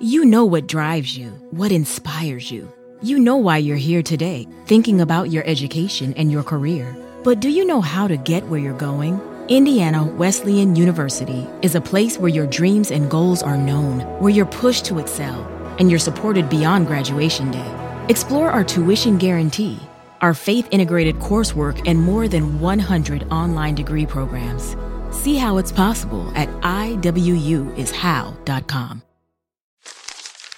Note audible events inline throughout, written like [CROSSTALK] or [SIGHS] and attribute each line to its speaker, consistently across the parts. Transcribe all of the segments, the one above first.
Speaker 1: You know what drives you, what inspires you. You know why you're here today, thinking about your education and your career. But do you know how to get where you're going? Indiana Wesleyan University is a place where your dreams and goals are known, where you're pushed to excel, and you're supported beyond graduation day. Explore our tuition guarantee, our faith integrated coursework, and more than 100 online degree programs. See how it's possible at iwuishow.com.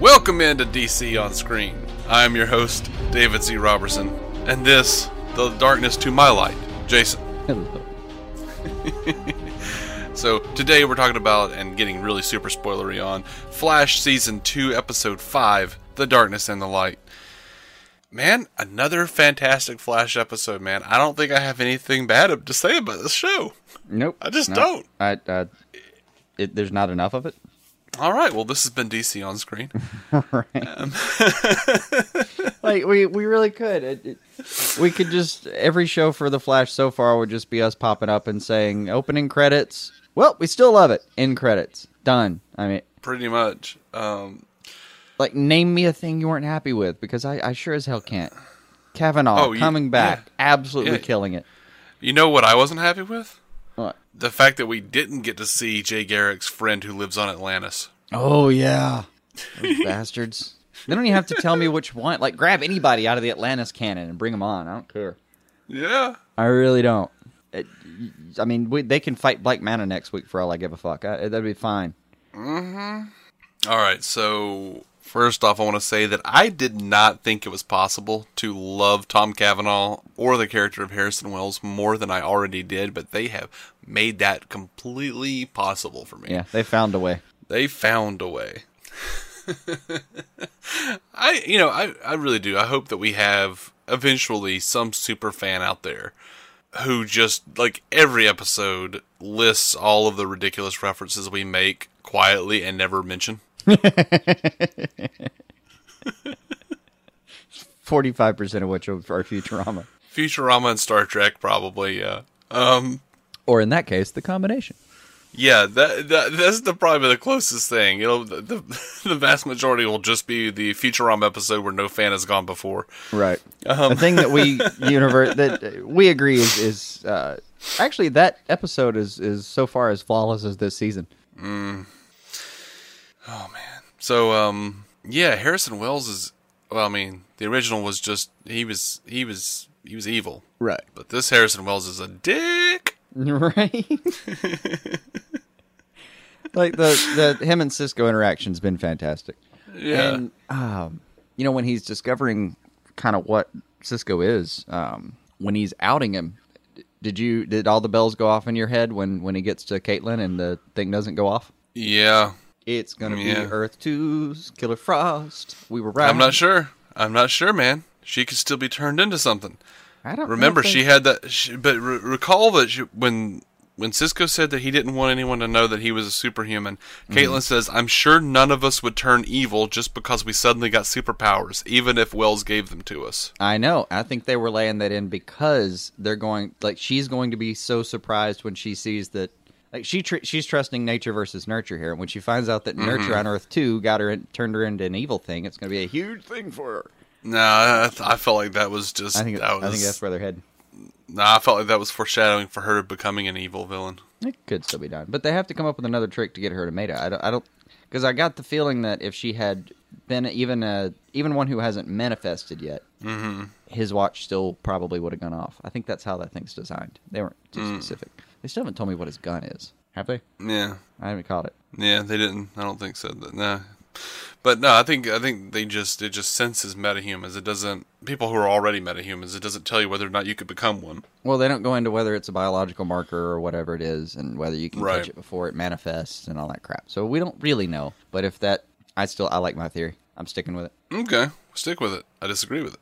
Speaker 2: Welcome into DC on Screen. I am your host, David C. Robertson, and this, The Darkness to My Light, Jason. [LAUGHS] so, today we're talking about, and getting really super spoilery on, Flash Season 2, Episode 5, The Darkness and the Light. Man, another fantastic Flash episode, man. I don't think I have anything bad to say about this show.
Speaker 3: Nope.
Speaker 2: I just
Speaker 3: no.
Speaker 2: don't.
Speaker 3: I, I it, there's not enough of it. [LAUGHS]
Speaker 2: All right, well, this has been DC on Screen. Um,
Speaker 3: [LAUGHS]
Speaker 2: [LAUGHS]
Speaker 3: Like we we really could. It, it, we could just every show for the Flash so far would just be us popping up and saying opening credits. Well, we still love it. End credits. Done. I mean,
Speaker 2: Pretty much. Um,
Speaker 3: like name me a thing you weren't happy with because I, I sure as hell can't. Kavanaugh
Speaker 2: Oh, you-
Speaker 3: coming back, absolutely
Speaker 2: Yeah.
Speaker 3: killing it.
Speaker 2: you know what I wasn't happy with?
Speaker 3: What?
Speaker 2: the fact that we didn't get to see Jay Garrick's friend who lives on Atlantis.
Speaker 3: Oh yeah, Those bastards. They don't even have to tell me which one. Like, grab anybody out of the Atlantis canon and bring them on. I don't care.
Speaker 2: Yeah.
Speaker 3: I really don't. It, I mean, we, they can fight Black Manta next week for all I give a fuck. I, that'd be fine.
Speaker 2: All right. So first off, I want to say that I did not think it was possible to love Tom Cavanaugh or the character of Harrison Wells more than I already did, but they have made that completely possible for me.
Speaker 3: Yeah, they found a way.
Speaker 2: They found a way. I, you know, I, I really do. I hope that we have eventually some super fan out there who just like every episode lists all of the ridiculous references we make quietly and never mention.
Speaker 3: Forty-five percent of which are are Futurama,
Speaker 2: Futurama and Star Trek, probably. Yeah. Um.
Speaker 3: or in that case, the combination.
Speaker 2: Yeah. That, that that's the probably the closest thing. You know, the, the the [LAUGHS] vast majority will just be the Futurama episode where no fan has gone before.
Speaker 3: Right. the thing that we universe that uh, we agree is is uh, actually that episode is is so far as flawless as this season.
Speaker 2: So um yeah, Harrison Wells is well, I mean, the original was just he was he was he was evil.
Speaker 3: Right.
Speaker 2: But this Harrison Wells is a dick.
Speaker 3: Right. [LAUGHS] like the the him and Cisco interaction's been fantastic.
Speaker 2: Yeah.
Speaker 3: And um, you know when he's discovering kind of what Cisco is, um, when he's outing him, d- did you did all the bells go off in your head when when he gets to Caitlin and the thing doesn't go off?
Speaker 2: yeah.
Speaker 3: It's gonna
Speaker 2: Yeah.
Speaker 3: be Earth 2's Killer Frost. We were right.
Speaker 2: I'm not sure. I'm not sure, man. She could still be turned into something.
Speaker 3: I don't
Speaker 2: Remember,
Speaker 3: I don't
Speaker 2: she
Speaker 3: think-
Speaker 2: had that. She, but re- recall that she, when when Cisco said that he didn't want anyone to know that he was a superhuman, Caitlin says, "I'm sure none of us would turn evil just because we suddenly got superpowers, even if Wells gave them to us."
Speaker 3: I know. I think they were laying that in because they're going like she's going to be so surprised when she sees that like she tr- she's trusting nature versus nurture here, and when she finds out that nurture on Earth two got her in, turned her into an evil thing, it's going to be a huge thing for her.
Speaker 2: No, I, I th- I felt like that was just.
Speaker 3: I think
Speaker 2: that was,
Speaker 3: I think that's where they're headed.
Speaker 2: Nah, I felt like that was foreshadowing for her becoming an evil villain.
Speaker 3: It could still be done, but they have to come up with another trick to get her to Meta. I don't, I don't, because I got the feeling that if she had been even a even one who hasn't manifested yet, his watch still probably would have gone off. I think that's how that thing's designed. They weren't too specific. They still haven't told me what his gun is. Have they?
Speaker 2: Yeah,
Speaker 3: I haven't caught it.
Speaker 2: yeah, they didn't. I don't think so. That nah, But no, I think I think they just it just senses metahumans. It doesn't people who are already metahumans. It doesn't tell you whether or not you could become one.
Speaker 3: Well, they don't go into whether it's a biological marker or whatever it is, and whether you can
Speaker 2: Right.
Speaker 3: catch it before it manifests and all that crap. So we don't really know. But if that, I still I like my theory. I'm sticking with it.
Speaker 2: Okay, stick with it. I disagree with it.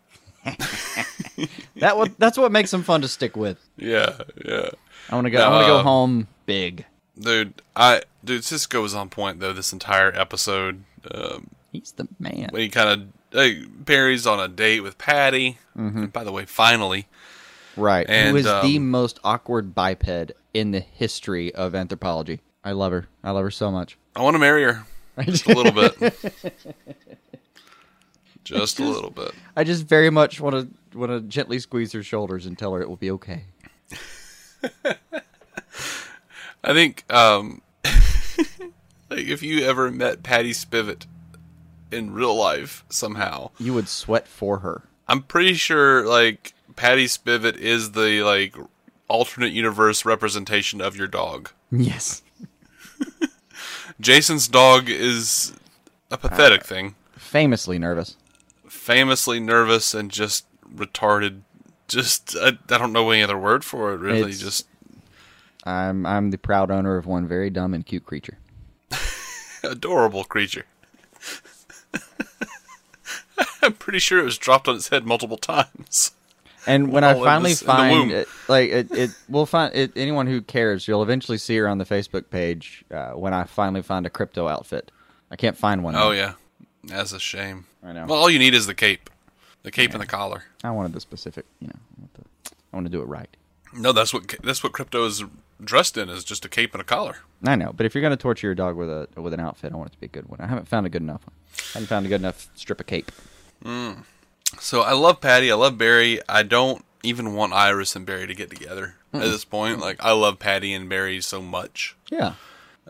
Speaker 3: That what that's what makes them fun to stick with.
Speaker 2: Yeah, yeah,
Speaker 3: I want to go. I want to go
Speaker 2: Uh,
Speaker 3: home big.
Speaker 2: dude. I dude Cisco was on point though this entire episode. Um,
Speaker 3: He's the man.
Speaker 2: when he kind of uh, Perry's on a date with Patty.
Speaker 3: Mm-hmm.
Speaker 2: By the way, finally,
Speaker 3: Right.
Speaker 2: And,
Speaker 3: Who is the
Speaker 2: um,
Speaker 3: most awkward biped in the history of anthropology? I love her. I love her so much.
Speaker 2: I want to marry her just a little bit. Just a little bit.
Speaker 3: I just very much want to want to gently squeeze her shoulders and tell her it will be okay.
Speaker 2: I think um, [LAUGHS] like if you ever met Patty Spivot in real life somehow,
Speaker 3: You would sweat for her.
Speaker 2: I'm pretty sure like Patty Spivot is the like alternate universe representation of your dog.
Speaker 3: Yes.
Speaker 2: Jason's dog is a pathetic thing,
Speaker 3: Famously nervous.
Speaker 2: famously nervous and just retarded. Just I, I don't know any other word for it. Really,
Speaker 3: It's-
Speaker 2: just
Speaker 3: I'm I'm the proud owner of one very dumb and cute creature.
Speaker 2: adorable creature. [LAUGHS] I'm pretty sure it was dropped on its head multiple times. [LAUGHS]
Speaker 3: And when
Speaker 2: Well,
Speaker 3: I
Speaker 2: it
Speaker 3: finally
Speaker 2: was Oh, in the womb.
Speaker 3: find it, like it, it will find it, anyone who cares, you'll eventually see her on the Facebook page. Uh, when I finally find a crypto outfit, I can't find one.
Speaker 2: Oh yeah, that's a shame.
Speaker 3: I know.
Speaker 2: Well, all you need is the cape, the cape and the collar.
Speaker 3: I wanted the specific. You know, I want, the, I want to do it right.
Speaker 2: No, that's what that's what crypto is dressed in is just a cape and a collar.
Speaker 3: I know, but if you're going to torture your dog with a with an outfit, I want it to be a good one. I haven't found a good enough one. I haven't found a good enough strip of cape.
Speaker 2: So I love Patty. I love Barry. I don't even want Iris and Barry to get together at this point. Like I love Patty and Barry so much.
Speaker 3: Yeah.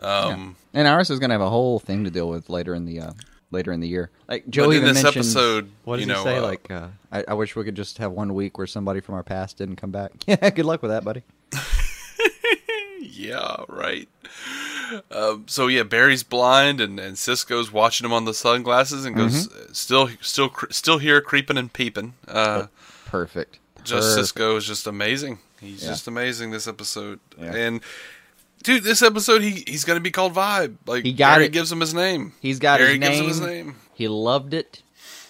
Speaker 3: Um. And Iris is going to have a whole thing to deal with later in the uh, later in the year. Like Joe
Speaker 2: but in
Speaker 3: even
Speaker 2: this
Speaker 3: mentioned,
Speaker 2: episode,
Speaker 3: What
Speaker 2: you
Speaker 3: did
Speaker 2: know,
Speaker 3: he say?
Speaker 2: uh,
Speaker 3: like, uh, I, I wish we could just have one week where somebody from our past didn't come back. [LAUGHS] Yeah. Good luck with that, buddy.
Speaker 2: yeah, right. Um, so yeah, Barry's blind, and, and Cisco's watching him on the sunglasses, and goes
Speaker 3: Mm-hmm.
Speaker 2: uh, still, still, cre- still here, creeping and peeping. Uh,
Speaker 3: Perfect.
Speaker 2: Just
Speaker 3: Perfect.
Speaker 2: Cisco is just amazing. He's
Speaker 3: Yeah.
Speaker 2: just amazing this episode.
Speaker 3: Yeah.
Speaker 2: And dude, this episode he he's gonna be called Vibe. Like
Speaker 3: He got
Speaker 2: Barry
Speaker 3: it.
Speaker 2: gives him his name.
Speaker 3: He's got
Speaker 2: Barry
Speaker 3: his name.
Speaker 2: gives him his name.
Speaker 3: He loved it.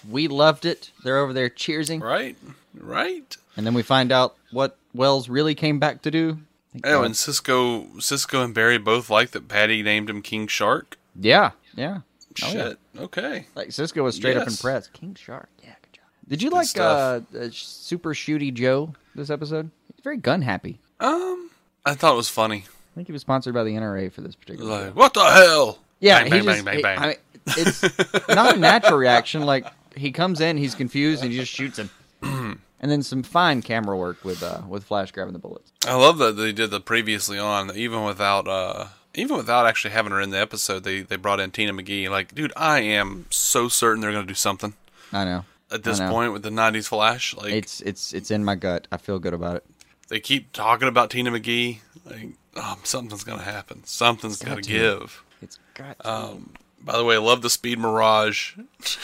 Speaker 3: We loved it. They're over there cheersing,
Speaker 2: Right? Right.
Speaker 3: and then we find out what Wells really came back to do. Thank
Speaker 2: Oh,
Speaker 3: God.
Speaker 2: and Cisco Cisco and Barry both like that Patty named him King Shark.
Speaker 3: yeah, yeah. Oh, yeah.
Speaker 2: Shit. Okay.
Speaker 3: Like Cisco was straight up
Speaker 2: Yes.
Speaker 3: impressed. King Shark. Yeah, good job. Did you like uh,
Speaker 2: stuff.
Speaker 3: uh, Super Shooty Joe this episode? He's very gun happy.
Speaker 2: Um I thought it was funny.
Speaker 3: I think he was sponsored by the NRA for this particular.
Speaker 2: Like, what the hell?
Speaker 3: yeah,
Speaker 2: Bang,
Speaker 3: he
Speaker 2: bang,
Speaker 3: just.
Speaker 2: bang,
Speaker 3: he-
Speaker 2: bang,
Speaker 3: I
Speaker 2: bang.
Speaker 3: mean,
Speaker 2: [LAUGHS]
Speaker 3: it's not a natural reaction. Like he comes in, he's confused, and he just shoots him. and then some fine camera work with uh, with Flash grabbing the bullets.
Speaker 2: I love that they did the previously on, that even without uh even without actually having her in the episode, they, they brought in Tina McGee. Like, dude, I am so certain they're gonna do something.
Speaker 3: I know.
Speaker 2: at this
Speaker 3: I know.
Speaker 2: point with the 90s flash like
Speaker 3: It's it's it's in my gut. I feel good about it.
Speaker 2: they keep talking about tina mcgee like oh, something's gonna happen something's gonna give
Speaker 3: It's got.
Speaker 2: Uh, by the way i love the speed mirage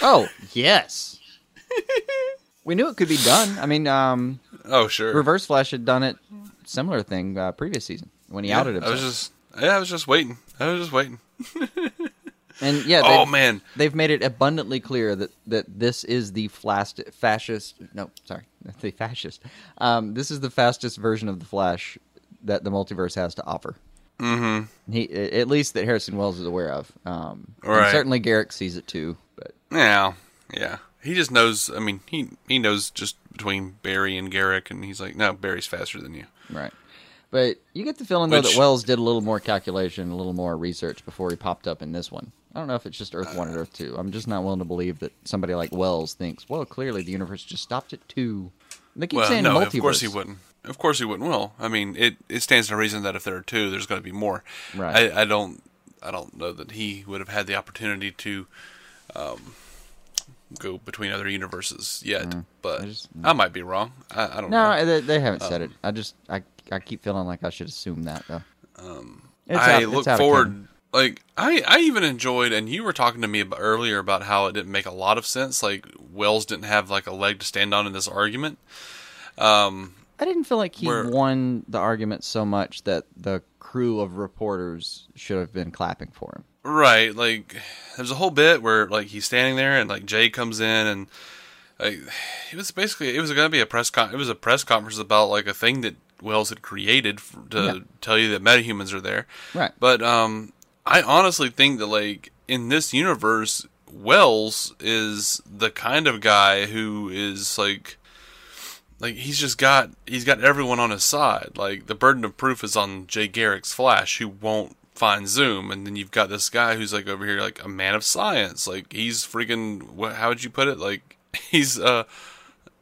Speaker 3: oh yes. we knew it could be done. I mean, um,
Speaker 2: oh sure
Speaker 3: Reverse Flash had done it similar thing uh, previous season when he
Speaker 2: yeah, i
Speaker 3: outed himself.
Speaker 2: was just yeah i was just waiting i was just waiting
Speaker 3: and yeah,
Speaker 2: oh
Speaker 3: they've-
Speaker 2: man
Speaker 3: they've made it abundantly clear that that this is the flast, fascist. No, sorry, [LAUGHS] not the fascist. Um, this is the fastest version of the Flash that the multiverse has to offer. Mm-hmm. He a- at least that Harrison Wells is aware of. Um, and
Speaker 2: Right.
Speaker 3: certainly Garrick sees it too. But
Speaker 2: yeah yeah he just knows i mean he he knows just between barry and garrick and he's like no barry's faster than you
Speaker 3: Right. But you get the feeling though
Speaker 2: Which-
Speaker 3: that Wells did a little more calculation, a little more research before he popped up in this one. I don't know if it's just Earth One and Earth Two. I'm just not willing to believe that somebody like Wells thinks, well, clearly the universe just stopped at two. And They keep
Speaker 2: well
Speaker 3: saying
Speaker 2: no
Speaker 3: multiverse.
Speaker 2: of course he wouldn't of course he wouldn't well i mean it it stands to reason that if there are two there's going to be more
Speaker 3: Right.
Speaker 2: I, I don't i don't know that he would have had the opportunity to um go between other universes yet but I,
Speaker 3: Mm. just-
Speaker 2: might be wrong i, I don't know
Speaker 3: No, they, they haven't said it. I just I I keep feeling like I should assume that though. Um,
Speaker 2: i look forward like I, I even enjoyed and you were talking to me about, earlier about how it didn't make a lot of sense like wells didn't have like a leg to stand on in this argument
Speaker 3: I didn't feel like he
Speaker 2: Where-
Speaker 3: won the argument so much that the crew of reporters should have been clapping for him.
Speaker 2: right like there's a whole bit where like he's standing there and like jay comes in and like [SIGHS] it was basically it was going to be a press con it was a press conference about like a thing that wells had created f to
Speaker 3: Yeah.
Speaker 2: tell you that metahumans are there
Speaker 3: Right.
Speaker 2: But um, I honestly think that like in this universe, Wells is the kind of guy who is like, like he's just got he's got everyone on his side. Like the burden of proof is on Jay Garrick's Flash, who won't find Zoom, and then you've got this guy who's like over here like a man of science. Like he's freaking what? How would you put it? Like [LAUGHS] he's uh.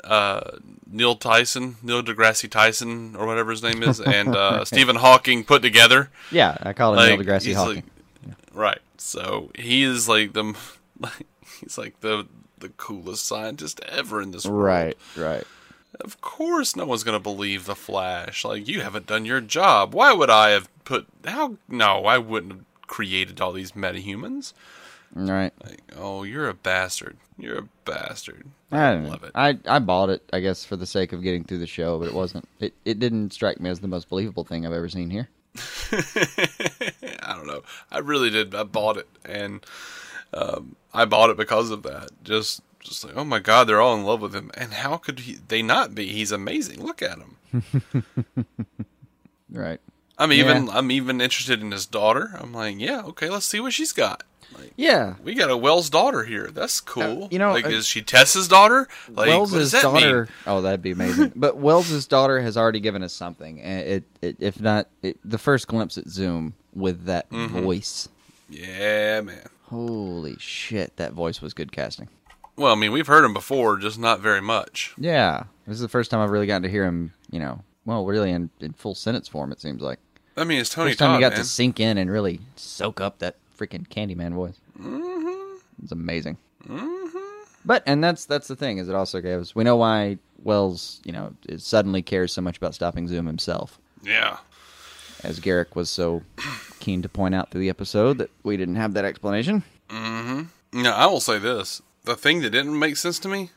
Speaker 2: Uh, Neil Tyson, Neil deGrasse Tyson, or whatever his name is, and uh, Stephen Hawking put together
Speaker 3: Yeah, I call him Neil deGrasse
Speaker 2: he's
Speaker 3: Hawking.
Speaker 2: like- right. So he is like the m- [LAUGHS] like he's like the the coolest scientist ever in this world.
Speaker 3: right, right.
Speaker 2: Of course, no one's gonna believe the Flash. Like you haven't done your job. Why would I have put? How? No, I wouldn't have created all these metahumans.
Speaker 3: Right.
Speaker 2: Like, oh, you're a bastard. You're a bastard.
Speaker 3: I,
Speaker 2: I,
Speaker 3: don't know.
Speaker 2: love it.
Speaker 3: I I bought it, I guess, for the sake of getting through the show, but it wasn't. It it didn't strike me as the most believable thing I've ever seen here.
Speaker 2: [LAUGHS] I don't know. I really did. I bought it, and um, I bought it because of that. Just, just like, oh my god, they're all in love with him, and how could he, they not be? He's amazing. Look at him.
Speaker 3: Right.
Speaker 2: I'm even, I'm even interested in his daughter. I'm like, yeah, okay, let's see what she's got. Like,
Speaker 3: Yeah.
Speaker 2: we got a Wells daughter here. That's cool.
Speaker 3: you know,
Speaker 2: like,
Speaker 3: uh,
Speaker 2: is she Tessa's daughter? Like, what does
Speaker 3: Wells's
Speaker 2: that mean?
Speaker 3: daughter. Oh, that'd be amazing. [LAUGHS] but Wells's daughter has already given us something. and It, it if not it, the first glimpse at Zoom with that
Speaker 2: Mm-hmm.
Speaker 3: voice.
Speaker 2: Yeah, man.
Speaker 3: Holy shit, that voice was good casting.
Speaker 2: Well, I mean, we've heard him before, just not very much.
Speaker 3: Yeah, this is the first time I've really gotten to hear him. You know, well, really in, in full sentence form. It seems like
Speaker 2: I mean, it's Tony
Speaker 3: first time
Speaker 2: Todd,
Speaker 3: you got
Speaker 2: man.
Speaker 3: to sink in and really soak up that freaking Candyman voice. Mm-hmm. It's amazing. Mm-hmm. But and that's that's the thing is it also gave us we know why Wells you know is- suddenly cares so much about stopping Zoom himself
Speaker 2: Yeah.
Speaker 3: as Garrick
Speaker 2: [SIGHS]
Speaker 3: was so keen to point out through the episode that we didn't have that explanation.
Speaker 2: No, I will say this. The thing that didn't make sense to me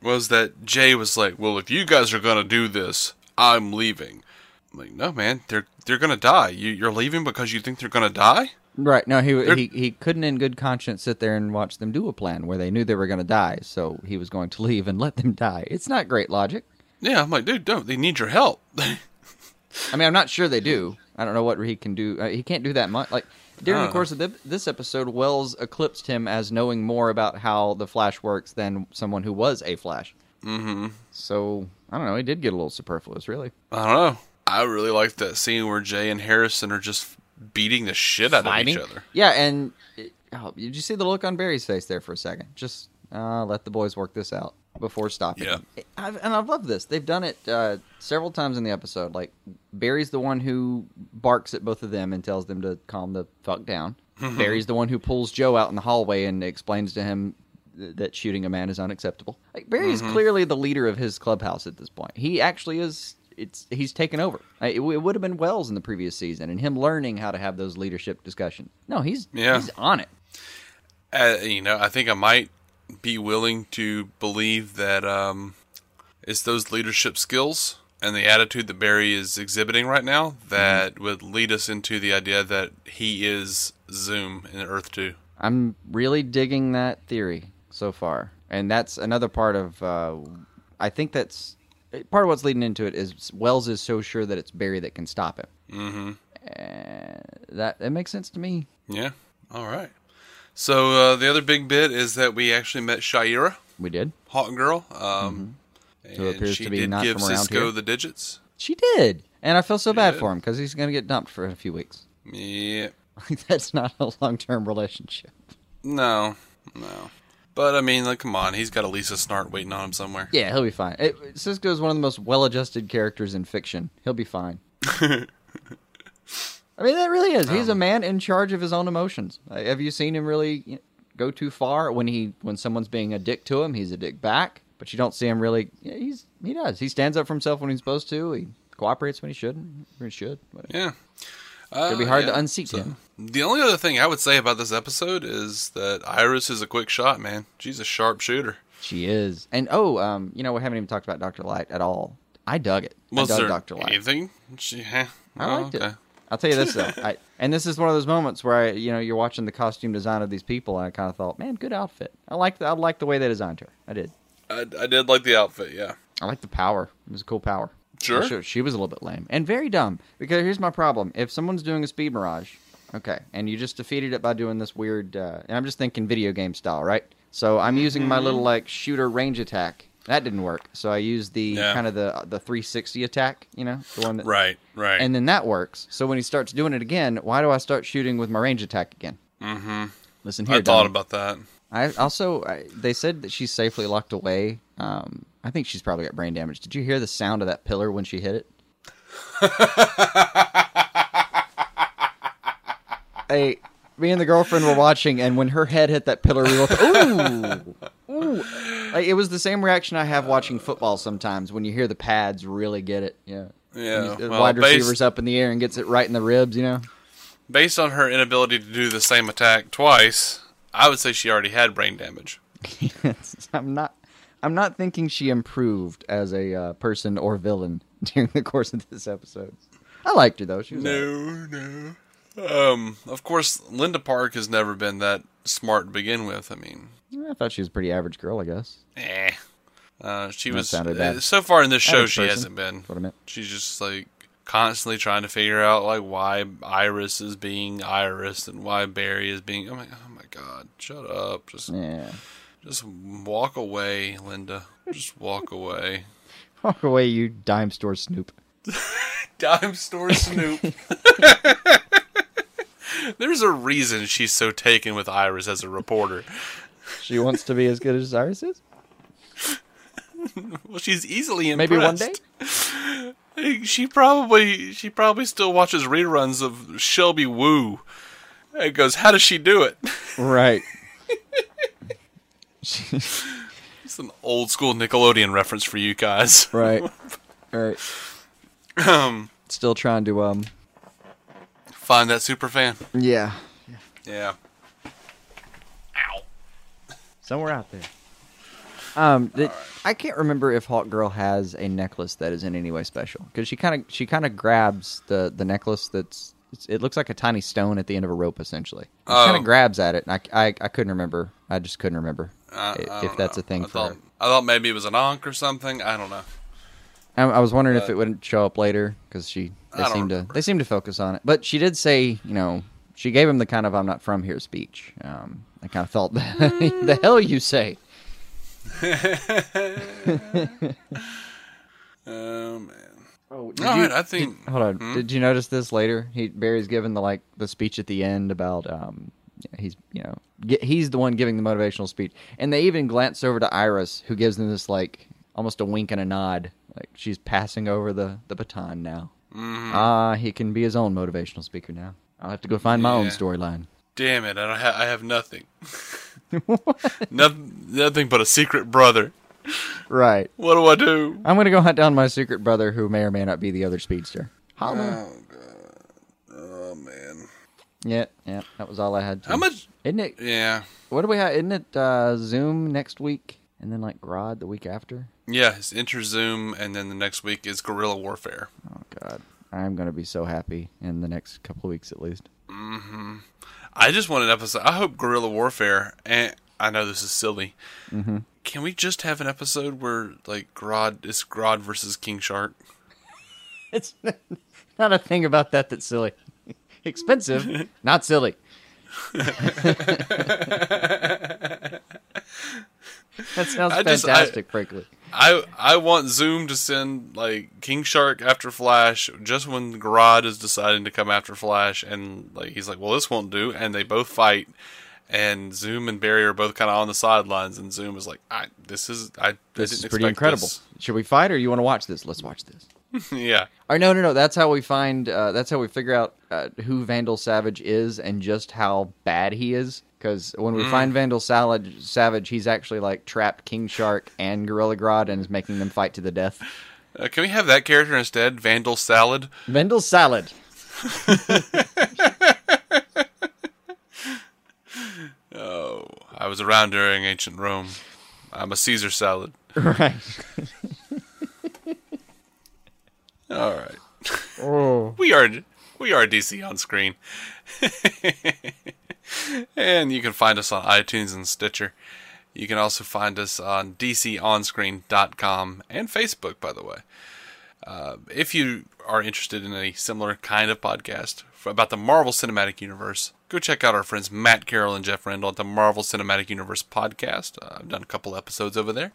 Speaker 2: was that Jay was like, "Well, if you guys are gonna do this, I'm leaving." I'm like, no, man, they're they're gonna die. You, you're leaving because you think they're gonna die.
Speaker 3: Right. No, he he he couldn't in good conscience sit there and watch them do a plan where they knew they were going to die, so he was going to leave and let them die. It's not great logic.
Speaker 2: Yeah, I'm like, dude, don't. They need your help. [LAUGHS]
Speaker 3: I mean, I'm not sure they do. I don't know what he can do. Uh, he can't do that much. Like during the course of the, this episode, Wells eclipsed him as knowing more about how the Flash works than someone who was a Flash. Mm-hmm. So I don't know. He did get a little superfluous, really.
Speaker 2: I don't know. I really liked that scene where Jay and Harrison are just beating the shit out of each other.
Speaker 3: Yeah, and it, oh, did you see the look on Barry's face there for a second? Just uh, let the boys work this out before stopping.
Speaker 2: Yeah.
Speaker 3: I've, and I've loved this. They've done it uh, several times in the episode. Like Barry's the one who barks at both of them and tells them to calm the fuck down. Barry's the one who pulls Joe out in the hallway and explains to him th- that shooting a man is unacceptable. Like Barry's clearly the leader of his clubhouse at this point. He actually is. It's he's taken over. I, it, w- it would have been Wells in the previous season and him learning how to have those leadership discussions. No, he's
Speaker 2: Yeah.
Speaker 3: he's on it.
Speaker 2: uh, you know, I think I might be willing to believe that um, it's those leadership skills and the attitude that Barry is exhibiting right now that
Speaker 3: Mm-hmm.
Speaker 2: would lead us into the idea that he is Zoom in Earth 2.
Speaker 3: I'm really digging that theory so far, and that's another part of. Uh, I think that's part of what's leading into it is Wells is so sure that it's Barry that can stop him. Mm-hmm. that that makes sense to me.
Speaker 2: Yeah. All right. So uh, the other big bit is that we actually met Shaira,
Speaker 3: We did.
Speaker 2: Hawk Girl, um,
Speaker 3: Mm-hmm. Who
Speaker 2: and
Speaker 3: appears
Speaker 2: she
Speaker 3: to be
Speaker 2: did
Speaker 3: not
Speaker 2: give
Speaker 3: from around
Speaker 2: Cisco
Speaker 3: here.
Speaker 2: the digits.
Speaker 3: She did, and I feel so bad
Speaker 2: did.
Speaker 3: for him because he's going to get dumped for a few weeks. [LAUGHS]
Speaker 2: Yeah.
Speaker 3: that's not a long term relationship.
Speaker 2: No. No. But I mean, like, come on, he's got a Lisa Snart waiting on him somewhere.
Speaker 3: Yeah, he'll be fine. It, Cisco is one of the most well adjusted characters in fiction. He'll be fine. I mean, that really is. He's a man in charge of his own emotions. Like, have you seen him really you know, go too far when he when someone's being a dick to him? He's a dick back, but you don't see him really. Yeah, he's he does. He stands up for himself when he's supposed to. He cooperates when he shouldn't. When he should. Whatever.
Speaker 2: Yeah.
Speaker 3: It'd be hard
Speaker 2: Uh,
Speaker 3: to unseat him.
Speaker 2: The only other thing I would say about this episode is that Iris is a quick shot, man. She's a sharp shooter.
Speaker 3: She is. And oh, um, you know, we haven't even talked about Dr. Light at all. I dug it.
Speaker 2: Was
Speaker 3: I dug
Speaker 2: there
Speaker 3: Dr. Light.
Speaker 2: anything? She, eh,
Speaker 3: I
Speaker 2: oh,
Speaker 3: liked it.
Speaker 2: okay.
Speaker 3: I'll tell
Speaker 2: [LAUGHS]
Speaker 3: you this though. I, and this is one of those moments where I, you know, you're watching the costume design of these people and I kind of thought, "Man, good outfit. I like the I like the way they designed her. I did.
Speaker 2: I, I did like the outfit, yeah.
Speaker 3: I like the power. It was a cool power.
Speaker 2: Sure.
Speaker 3: She, she was a little bit lame and very dumb because here's my problem. If someone's doing a speed mirage, okay, and you just defeated it by doing this weird, uh, and I'm just thinking video game style, right? So I'm using my
Speaker 2: Mm-hmm.
Speaker 3: little like shooter range attack. That didn't work. So I used the
Speaker 2: Yeah.
Speaker 3: kind of the the 360 attack, you know, the one that
Speaker 2: Right, right.
Speaker 3: and then that works. So when he starts doing it again, why do I start shooting with my range attack again? Mm-hmm. Listen here,
Speaker 2: I thought
Speaker 3: Dom.
Speaker 2: about that.
Speaker 3: I also I, they said that she's safely locked away. Um, I think she's probably got brain damage. Did you hear the sound of that pillar when she hit
Speaker 2: [LAUGHS]
Speaker 3: it? hey, me and the girlfriend were watching, and when her head hit that pillar, we both ooh, ooh. Like, it was the same reaction I have watching football sometimes when you hear the pads really get it. Yeah,
Speaker 2: Yeah,
Speaker 3: When you- the
Speaker 2: well,
Speaker 3: uh, wide
Speaker 2: based-
Speaker 3: receiver's up in the air and gets it right in the ribs. You know, [LAUGHS]
Speaker 2: Based on her inability to do the same attack twice, I would say she already had brain damage.
Speaker 3: I'm not. I'm not thinking she improved as a uh, person or villain [LAUGHS] during the course of this episode. I liked her though. She was alright.
Speaker 2: no. Um, of course, Linda Park has never been that smart to begin with. I mean,
Speaker 3: I thought she was a pretty average girl. I guess.
Speaker 2: eh. Uh, she was
Speaker 3: sounded
Speaker 2: uh,
Speaker 3: bad.
Speaker 2: so far in this show.
Speaker 3: Average
Speaker 2: She
Speaker 3: person.
Speaker 2: hasn't been.
Speaker 3: That's what I meant.
Speaker 2: She's just like constantly trying to figure out like why Iris is being Iris and why Barry is being. Oh my, oh my God! Shut up! Just,
Speaker 3: Yeah.
Speaker 2: just walk away, Linda. Just walk away.
Speaker 3: Walk away, you dime store snoop.
Speaker 2: [LAUGHS] dime store Snoop. [LAUGHS] There's a reason she's so taken with Iris as a reporter.
Speaker 3: She wants to be as good as Iris is.
Speaker 2: Well, she's easily impressed.
Speaker 3: Maybe one day.
Speaker 2: day she probably she probably still watches reruns of Shelby Woo. And goes, how does she do it? [LAUGHS]
Speaker 3: Right.
Speaker 2: It's an old school Nickelodeon reference for you guys.
Speaker 3: Right. Right.
Speaker 2: Um,
Speaker 3: Still trying to um.
Speaker 2: find that super fan.
Speaker 3: Yeah.
Speaker 2: Yeah.
Speaker 3: Somewhere out there. Um, the, I can't remember if Hawk Girl has a necklace that is in any way special because she kind of she kind of grabs the the necklace that's it's, it looks like a tiny stone at the end of a rope essentially. She kind
Speaker 2: Oh.
Speaker 3: of grabs at it. And I, I I couldn't remember. I just couldn't remember i-
Speaker 2: I
Speaker 3: if
Speaker 2: don't
Speaker 3: that's
Speaker 2: know.
Speaker 3: a thing
Speaker 2: I
Speaker 3: for.
Speaker 2: thought,
Speaker 3: her.
Speaker 2: I thought maybe it was an onk or something. I don't know.
Speaker 3: I, I was wondering if it wouldn't show up later because she
Speaker 2: I
Speaker 3: they
Speaker 2: don't
Speaker 3: seem to
Speaker 2: remember.
Speaker 3: they seem to focus on it. But she did say you know she gave him the kind of I'm not from here speech. Um, I kind of felt [LAUGHS]
Speaker 2: Hmm.
Speaker 3: the hell you say.
Speaker 2: Oh man. All
Speaker 3: Oh,
Speaker 2: right, I think Hmm?
Speaker 3: Hold on. Did you notice this later? He Barry's given the like the speech at the end about um he's you know ge- he's the one giving the motivational speech, and they even glance over to Iris, who gives them this like almost a wink and a nod, like she's passing over the the baton now.
Speaker 2: Mm-hmm.
Speaker 3: Ah, he can be his own motivational speaker now. I'll have to go find my own
Speaker 2: Yeah.
Speaker 3: storyline.
Speaker 2: Damn it! I don't ha- I have [LAUGHS] nothing. nothing, nothing but a secret brother.
Speaker 3: Right.
Speaker 2: What do I do?
Speaker 3: I'm gonna go hunt down my secret brother, who may or may not be the other speedster.
Speaker 2: Uh,
Speaker 3: Holla.
Speaker 2: Oh man!
Speaker 3: Yeah, yeah. That was all I had. To.
Speaker 2: How much?
Speaker 3: Isn't it
Speaker 2: Yeah,
Speaker 3: What do we have? Isn't it uh, Zoom next week, and then like Grod the week after?
Speaker 2: yeah. It's Enter Zoom, and then the next week is Guerrilla Warfare.
Speaker 3: Oh God, I'm gonna be so happy in the next couple of weeks at least.
Speaker 2: I just want an episode. I hope Guerrilla Warfare. And I know this is silly. Can we just have an episode where like Grod is Grod versus King Shark?
Speaker 3: [LAUGHS] It's not a thing about that that's silly. [LAUGHS] Expensive, not silly. [LAUGHS] that sounds
Speaker 2: I just- I-
Speaker 3: fantastic, frankly.
Speaker 2: I I want Zoom to send like King Shark after Flash just when Grodd is deciding to come after Flash and like he's like, Well this won't do and they both fight and Zoom and Barry are both kinda on the sidelines and Zoom is like, I this is I
Speaker 3: This
Speaker 2: I didn't
Speaker 3: is pretty
Speaker 2: expect
Speaker 3: incredible. Should we fight, or you want to watch this? Let's watch this.
Speaker 2: this." [LAUGHS] yeah.
Speaker 3: Or no, no, no. That's how we find. Uh, that's how we figure out uh, who Vandal Savage is and just how bad he is. Because when
Speaker 2: Mm.
Speaker 3: we find Vandal Salad, Savage, he's actually like trapped King Shark and Gorilla Grodd and is making them fight to the death.
Speaker 2: Uh, can we have that character instead? Vandal Salad?
Speaker 3: Vandal Salad.
Speaker 2: I was around during ancient Rome. I'm a Caesar salad.
Speaker 3: [LAUGHS] Right.
Speaker 2: All right.
Speaker 3: Oh.
Speaker 2: we are we are DC on screen, [LAUGHS] and you can find us on iTunes and Stitcher. You can also find us on DCOnScreen.com and Facebook, by the way. Uh, if you are interested in a similar kind of podcast f- about the Marvel Cinematic Universe, go check out our friends Matt Carroll and Jeff Randall at the Marvel Cinematic Universe podcast. Uh, I've done a couple episodes over there.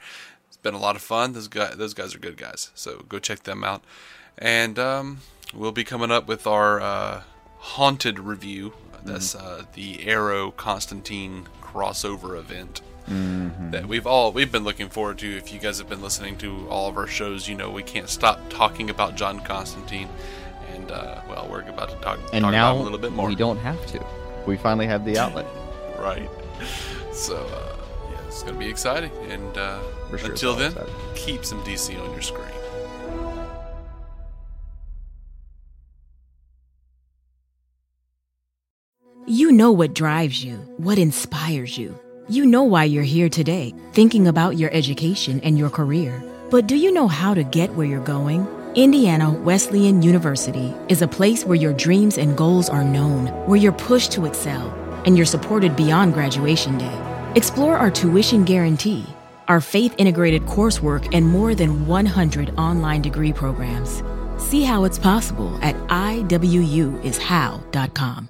Speaker 2: It's been a lot of fun. Those guys, those guys are good guys. So go check them out. And um, we'll be coming up with our uh, haunted review. That's
Speaker 3: Mm.
Speaker 2: uh, the Arrow Constantine crossover event
Speaker 3: Mm-hmm.
Speaker 2: that we've all we've been looking forward to. If you guys have been listening to all of our shows, you know we can't stop talking about John Constantine, and uh, well, we're about to talk,
Speaker 3: And
Speaker 2: talk
Speaker 3: now
Speaker 2: about him a little bit more.
Speaker 3: we don't have to. We finally have the outlet.
Speaker 2: right? [LAUGHS] So uh, yeah, it's gonna be exciting, and uh,
Speaker 3: We're sure it's
Speaker 2: until
Speaker 3: all
Speaker 2: then,
Speaker 3: exciting.
Speaker 2: keep some DC on your screen.
Speaker 1: You know what drives you, what inspires you. You know why you're here today, thinking about your education and your career. But do you know how to get where you're going? Indiana Wesleyan University is a place where your dreams and goals are known, where you're pushed to excel, and you're supported beyond graduation day. Explore our tuition guarantee, our faith integrated coursework, and more than 100 online degree programs. See how it's possible at iwuishow.com.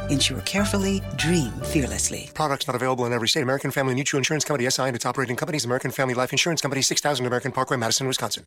Speaker 4: Insure carefully, dream fearlessly.
Speaker 5: Products not available in every state. American Family Mutual Insurance Company, SI, and its operating companies, American Family Life Insurance Company, 6000 American Parkway, Madison, Wisconsin.